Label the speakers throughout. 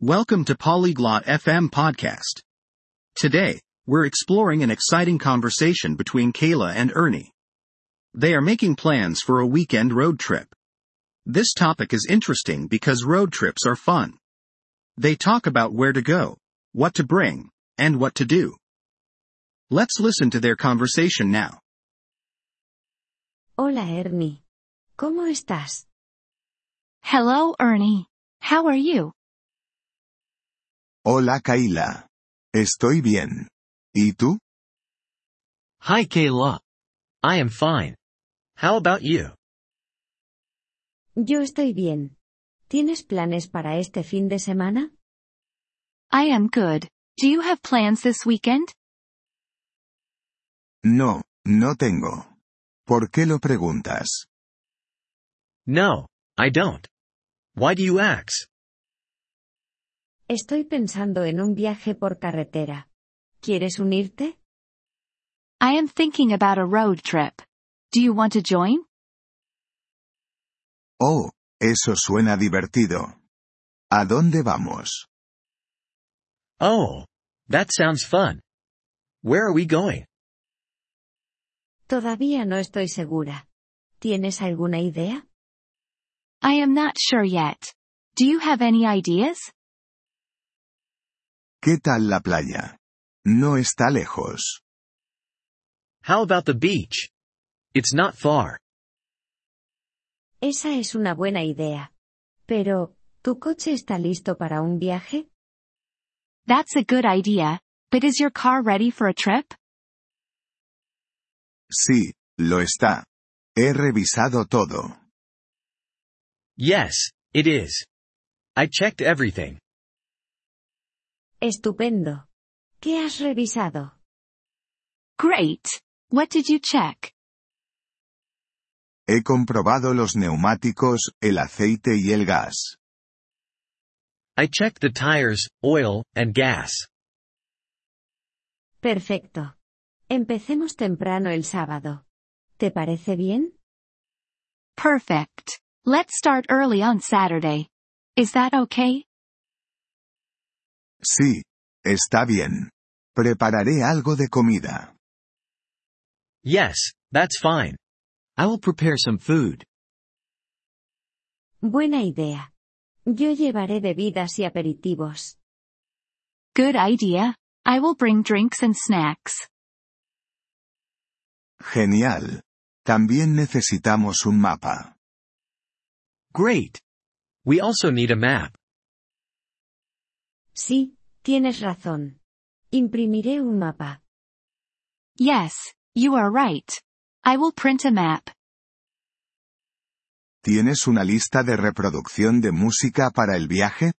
Speaker 1: Welcome to Polyglot FM podcast. Today, we're exploring an exciting conversation between Kayla and Ernie. They are making plans for a weekend road trip. This topic is interesting because road trips are fun. They talk about where to go, what to bring, and what to do. Let's listen to their conversation now.
Speaker 2: Hola Ernie. ¿Cómo estás?
Speaker 3: Hello, Ernie. How are you?
Speaker 4: Hola Kayla. Estoy bien. ¿Y tú?
Speaker 5: Hi Kayla. I am fine. How about you?
Speaker 2: Yo estoy bien. ¿Tienes planes para este fin de semana?
Speaker 3: I am good. Do you have plans this weekend?
Speaker 4: No, no tengo. ¿Por qué lo preguntas?
Speaker 5: No, I don't. Why do you ask?
Speaker 2: Estoy pensando en un viaje por carretera. ¿Quieres unirte?
Speaker 3: I am thinking about a road trip. Do you want to join?
Speaker 4: Oh, eso suena divertido. ¿A dónde vamos?
Speaker 5: Oh, that sounds fun. Where are we going?
Speaker 2: Todavía no estoy segura. ¿Tienes alguna idea?
Speaker 3: I am not sure yet. Do you have any ideas?
Speaker 4: ¿Qué tal la playa? No está lejos.
Speaker 5: How about the beach? It's not far.
Speaker 2: Esa es una buena idea. Pero, ¿tu coche está listo para un viaje?
Speaker 3: That's a good idea, but is your car ready for a trip?
Speaker 4: Sí, lo está. He revisado todo.
Speaker 5: Yes, it is. I checked everything.
Speaker 2: Estupendo. ¿Qué has revisado?
Speaker 3: Great. What did you check?
Speaker 4: He comprobado los neumáticos, el aceite y el gas.
Speaker 5: I checked the tires, oil, and gas.
Speaker 2: Perfecto. Empecemos temprano el sábado. ¿Te parece bien?
Speaker 3: Perfect. Let's start early on Saturday. Is that okay?
Speaker 4: Sí. Está bien. Prepararé algo de comida.
Speaker 5: Yes, that's fine. I will prepare some food.
Speaker 2: Buena idea. Yo llevaré bebidas y aperitivos.
Speaker 3: Good idea. I will bring drinks and snacks.
Speaker 4: Genial. También necesitamos un mapa.
Speaker 5: Great. We also need a map.
Speaker 2: Sí, tienes razón. Imprimiré un mapa.
Speaker 3: Yes, you are right. I will print a map.
Speaker 4: ¿Tienes una lista de reproducción de música para el viaje?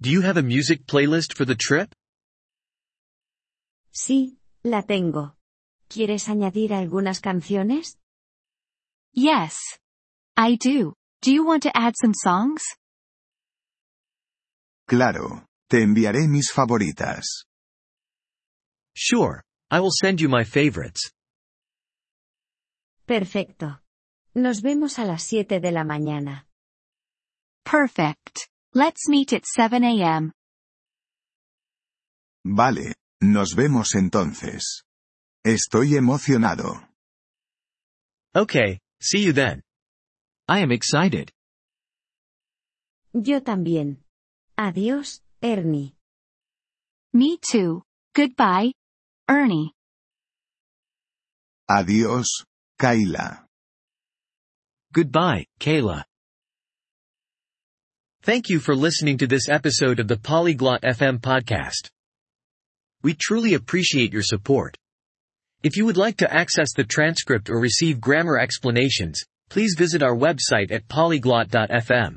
Speaker 5: Do you have a music playlist for the trip?
Speaker 2: Sí, la tengo. ¿Quieres añadir algunas canciones?
Speaker 3: Yes. I do. Do you want to add some songs?
Speaker 4: Claro. Te enviaré mis favoritas.
Speaker 5: Sure. I will send you my favorites.
Speaker 2: Perfecto. Nos vemos a las 7 de la mañana.
Speaker 3: Perfect. Let's meet at 7 a.m.
Speaker 4: Vale. Nos vemos entonces. Estoy emocionado.
Speaker 5: Okay, see you then. I am excited.
Speaker 2: Yo también. Adiós, Ernie.
Speaker 3: Me too. Goodbye. Ernie.
Speaker 4: Adiós, Kayla.
Speaker 5: Goodbye, Kayla. Thank you for listening to this episode of the Polyglot FM podcast. We truly appreciate your support. If you would like to access the transcript or receive grammar explanations, please visit our website at polyglot.fm.